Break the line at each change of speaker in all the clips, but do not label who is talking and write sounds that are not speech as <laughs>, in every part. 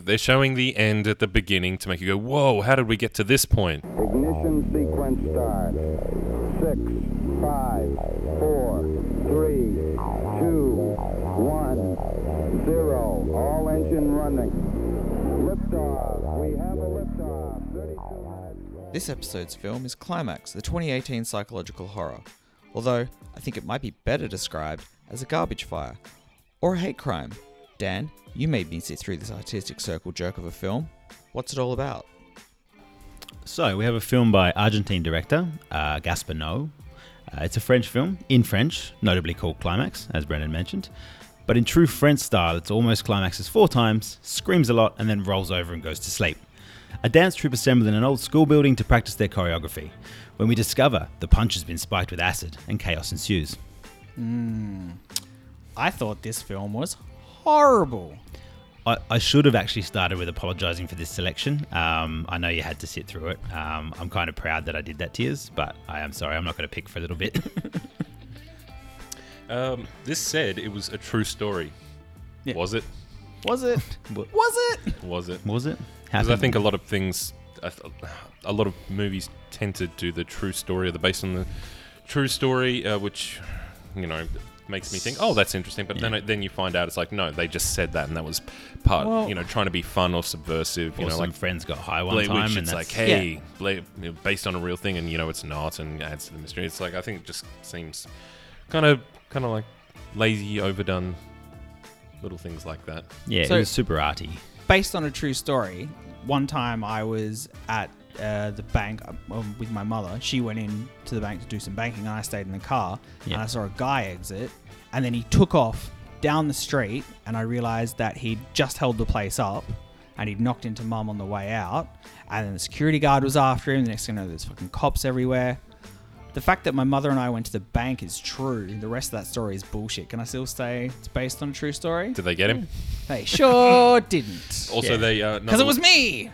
They're showing the end at the beginning to make you go, whoa, how did we get to this point?
Ignition sequence start. Six, five, four, three, two, one, zero. All engine running. Liftoff. We have a liftoff. 32 minutes.
This episode's film is Climax, the 2018 psychological horror, although I think it might be better described as a garbage fire or a hate crime. Dan, you made me sit through this artistic circle jerk of a film. What's it all about?
So we have a film by Argentine director uh, Gaspar Noé. Uh, it's a French film in French, notably called Climax, as Brendan mentioned. But in true French style, it's almost climaxes four times, screams a lot, and then rolls over and goes to sleep. A dance troupe assembled in an old school building to practice their choreography. When we discover the punch has been spiked with acid, and chaos ensues.
I thought this film was horrible.
I, I should have actually started with apologising for this selection. Um, I know you had to sit through it. Um, I'm kind of proud that I did that to you, but I am sorry. I'm not going to pick for a little bit. <laughs>
Um, this said it was a true story.
Yeah.
Was it?
Was it?
<laughs>
What-
was it?
Was it?
was it?
Because I think a lot of things, I th- a lot of movies tend to do the true story or the based on the true story, uh, which you know makes me think, oh, that's interesting. But then then you find out it's like, no, they just said that, and that was part,
Well-
you know, trying to be fun or subversive. You
or
know,
some
like
friends got high one
Blair
time,
Witch,
and
it's
that's
like, hey, Blair, you know, based on a real thing, and you know it's not, and adds to the mystery. It's like I think it just seems kind of kind of like lazy, overdone little things like that.
yeah,
So-
it was super arty.
Based on a true story, one time I was at uh, the bank um, with my mother. She went in to the bank to do some banking, and I stayed in the car.
Yeah.
And I saw a guy exit, and then he took off down the street, and I realized that he'd just held the place up. And he'd knocked into mum on the way out, and then the security guard was after him. The next thing I know, there's fucking cops everywhere. The fact that my mother and I went to the bank is true. The rest of that story is bullshit. Can I still say it's based on a true story?
Did they get him?
They sure didn't.
Also,
Mm, Yeah.
they uh,
Because
another-
it was me.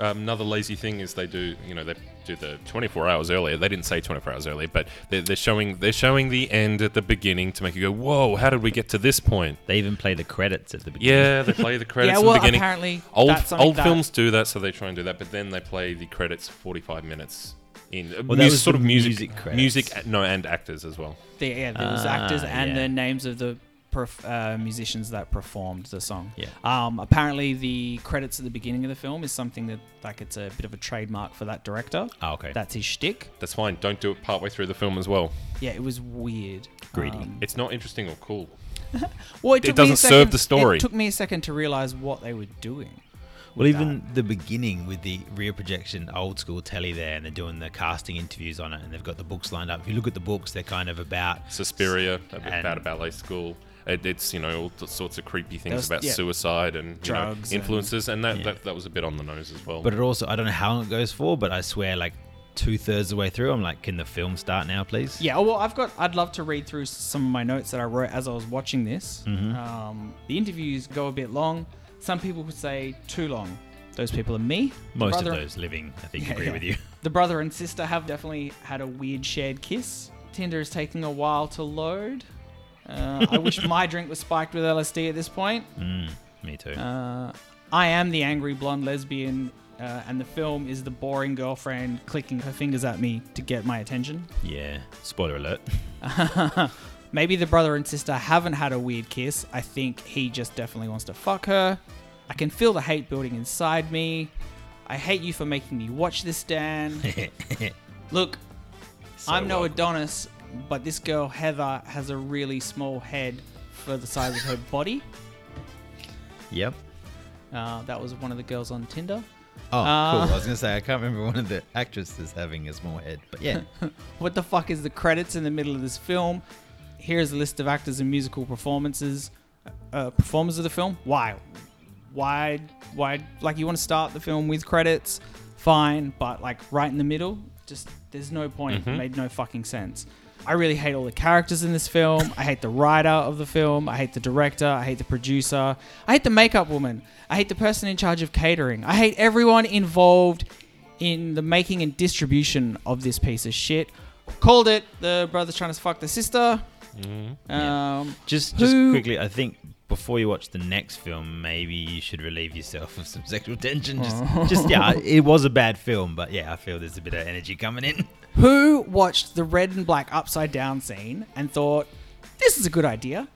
Um, another lazy thing is they do, you know, they do the 24 hours earlier. They didn't say 24 hours earlier, but they're, they're showing they're showing the end at the beginning to make you go, "Whoa, how did we get to this point?"
They even play the credits at the beginning.
Yeah, they play
<laughs>
the credits.
Yeah,
in
well,
the beginning.
apparently
old
that's something
old
that-
films do that, so they try and do that, but then they play the credits 45 minutes in uh,
Well, that
mus-
was
sort
the
of music,
music credits.
music, uh, no, and actors as well.
The, yeah, there was
Ah,
actors and
yeah.
the names of the perf- uh, musicians that performed the song.
Yeah.
Um, apparently, the credits at the beginning of the film is something that, like, it's a bit of a trademark for that director.
Oh, okay.
That's his shtick.
That's fine. Don't do it partway through the film as well.
Yeah, it was weird.
Greedy.
Um,
It's not interesting or cool.
well, it,
it
took me a
doesn't serve
second-
the story.
It took me a second to realize what they were doing.
Well, even the beginning with the rear projection, old school telly there, and they're doing the casting interviews on it, and they've got the books lined up. If you look at the books, they're kind of about
Suspiria
And-
about a ballet school. It, it's you know all th- sorts of creepy things
There's-
about
yeah.
suicide and you know,
Drugs and-
influences, and, that,
Yeah.
that that was a bit on the nose as well.
But it also, I don't know how long it goes for, but I swear, like two thirds of the way through, I'm like, can the film start now, please?
Yeah, well, I've got. I'd love to read through some of my notes that I wrote as I was watching this.
Mm-hmm.
Um, the interviews go a bit long. Some people would say too long. Those people are me. The
Most
brother-
of those living, I think,
Yeah,
agree
yeah.
with you.
The brother and sister have definitely had a weird shared kiss. Tinder is taking a while to load. Uh,
<laughs>
I wish my drink was spiked with LSD at this point.
Me too.
Uh, I am the angry blonde lesbian, uh, and the film is the boring girlfriend clicking her fingers at me to get my attention.
yeah. Spoiler alert. <laughs>
Maybe the brother and sister haven't had a weird kiss. I think he just definitely wants to fuck her. I can feel the hate building inside me. I hate you for making me watch this, Dan. Look,
So
I'm no
welcome.
Adonis, but this girl Heather has a really small head for the size of
<laughs>
her body.
Yep.
Uh, that was one of the girls on Tinder.
Oh,
Uh,
cool. I was gonna say I can't remember one of the actresses having a small head, but
<laughs>
yeah,
What the fuck is the credits in the middle of this film? Here's a list of actors and musical performances, uh, performers of the film. Why? Why? Why? Like, you want to start the film with credits? Fine, but like right in the middle, just there's no point. It made no fucking sense. I really hate all the characters in this film. I hate the writer of the film. I hate the director. I hate the producer. I hate the makeup woman. I hate the person in charge of catering. I hate everyone involved in the making and distribution of this piece of shit. Called it. The brother's trying to fuck the sister. Um,
just just
Who-
quickly, I think before you watch the next film, maybe you should relieve yourself of some <laughs> sexual tension. Just,
Oh.
just yeah,
<laughs>
it was a bad film, but yeah, I feel there's a bit of energy coming in.
Who watched the red and black upside down scene and thought, this is a good idea?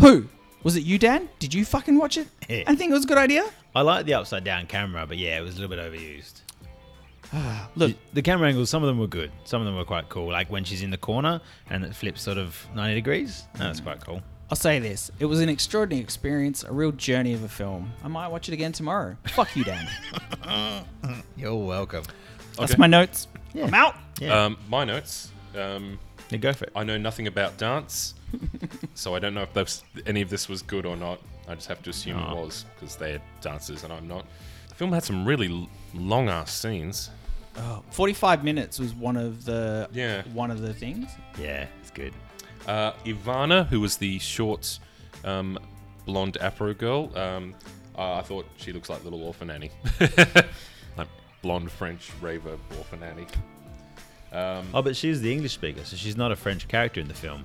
Who? Was it you, Dan? Did you fucking watch it and think it was a good idea?
I like the upside down camera, but yeah, it was a little bit
<sighs>
overused.
Look,
The camera angles, some of them were good, some of them were quite cool. Like when she's in the corner and it flips sort of 90 degrees. No, that's quite cool.
I'll say this. It was an extraordinary experience, a real journey of a film. I might watch it again tomorrow. Fuck you,
<laughs>
Dan.
You're welcome.
That's
Okay.
my notes.
Yeah.
I'm out.
Yeah.
Um, my notes. Um,
Yeah, <laughs> go for it.
I know nothing about dance, <laughs> so I don't know if that's, any of this was good or not. I just have to assume
Ah.
it
Oh.
was because they're dancers and I'm not. The film had some really long ass scenes.
Oh, 45 minutes was one of the
Yeah.
one of the things.
Yeah, it's good.
Uh, Ivana, who was the short um, blonde Afro girl, um, I I thought she looks like little orphan Annie, <laughs> like blonde French raver orphan Annie.
Oh, but she's the English speaker, so she's not a French character in the film.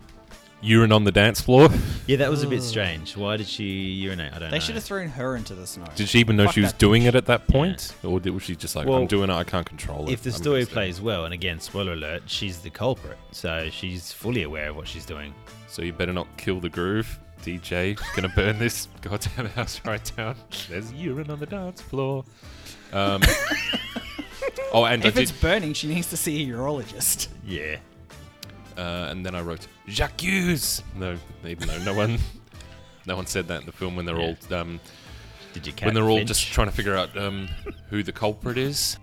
Urine on the dance floor.
Yeah, that was a bit strange. Why did she urinate? I don't know.
Oh. They should have thrown her into the snow.
Did she even know
Fuck
she was
that
doing it at that point, or did, was she just like,
Well,
"I'm doing it, I can't control it"?
if the
I'm
story
just doing it."
plays well, and again, spoiler alert, she's the culprit, so she's fully aware of what she's doing.
So you better not kill the groove, DJ. Gonna burn this <laughs> goddamn house right down. There's urine on the dance floor.
<laughs>
Um, oh, and I
If
did,
it's burning, she needs to see a urologist.
Yeah.
uh, and then I wrote Jacques. No, even though no one, no one said that in the film when they're
Yeah.
all um,
Did you catch
when they're all just trying to figure out um, who the culprit is.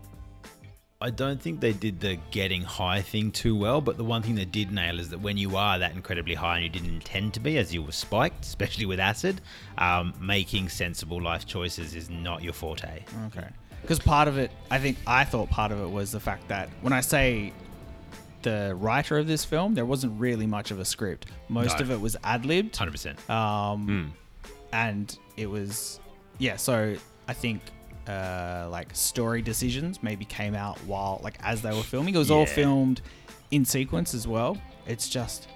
I don't think they did the getting high thing too well, but the one thing they did nail is that when you are that incredibly high and you didn't intend to be, as you were spiked, <laughs> especially with acid, um, making sensible life choices is not your forte.
Okay. Because part of it, I think, I thought part of it was the fact that when I say the writer of this film, there wasn't really much of a script. Most
No.
of it was ad libbed.
100%.
Um, And it was, yeah, so I think uh, like story decisions maybe came out while, like, as they were filming. It was all
Yeah.
filmed in sequence as well. It's just,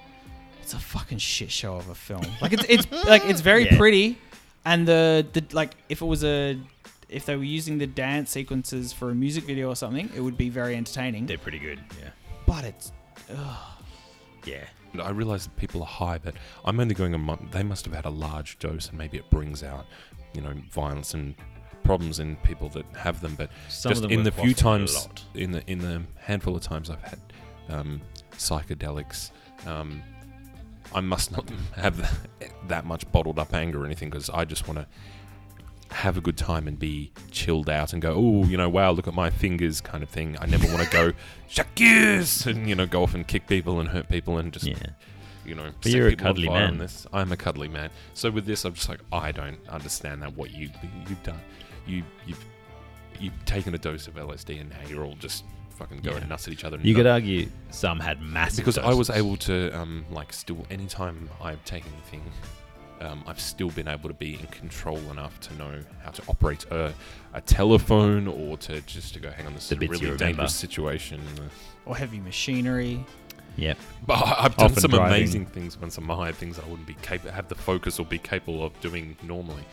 it's a fucking shit show of a film. Like, it's, it's
<laughs>
like, it's very
Yeah.
pretty. And the, the, like, if it was a, if they were using the dance sequences for a music video or something, it would be very entertaining.
They're pretty good. Yeah.
But it's,
Yeah.
And I realize that people are high, but I'm only going a month. They must have had a large dose, and maybe it brings out, you know, violence and problems in people that have them. But
Some
just
of them
in the
were
few
quaffing a
times,
lot.
in the in the handful of times I've had um, psychedelics, um, I must not <laughs> have th- that much bottled up anger or anything because I just want to have a good time and be chilled out and go, oh, you know, wow, look at my fingers, kind of thing. I never want to
<laughs>
go, "Shuck yous," and you know, go off and kick people and hurt people and just
Yeah.
you know,
But
set
you're a
people on
cuddly
fire on
man.
This. I'm a cuddly man. So with this, I'm just like, I don't understand that what you you've done. You you've you've taken a dose of LSD and now you're all just fucking going
Yeah.
nuts at each other. and
You could
not-
argue some had massive.
because I was
doses.
able to um like still anytime I've taken anything. Um, I've still been able to be in control enough to know how to operate a, a telephone or to just to go, hang on, this
The
is a
bits you
really
remember.
dangerous situation.
or heavy machinery.
Yep.
<laughs> But I- I've done
Often
some
driving.
amazing things once I'm high, things I wouldn't be capable, have the focus or be capable of doing normally.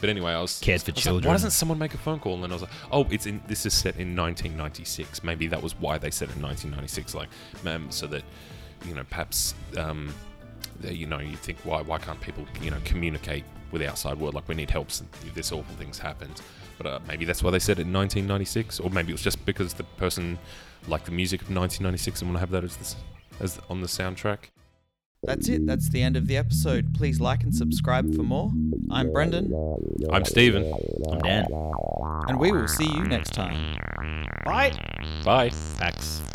But anyway, I was
Cared for
I was like,
children.
Why doesn't someone make a phone call? And then I was like, oh, it's in. This is set in 1996. Maybe that was why they said in 1996, like, ma'am, so that you know, perhaps um, that, you know, you think why why can't people you know communicate with the outside world? Like we need help. Since this awful thing's happened. But uh, maybe that's why they said it in 1996, or maybe it was just because the person liked the music of 1996 and want to have that as this as on the soundtrack.
That's it. That's the end of the episode. Please like and subscribe for more. I'm Brendan,
I'm Steven.
I'm down.
and we will see you next time.
Right?
Bye.
Facts.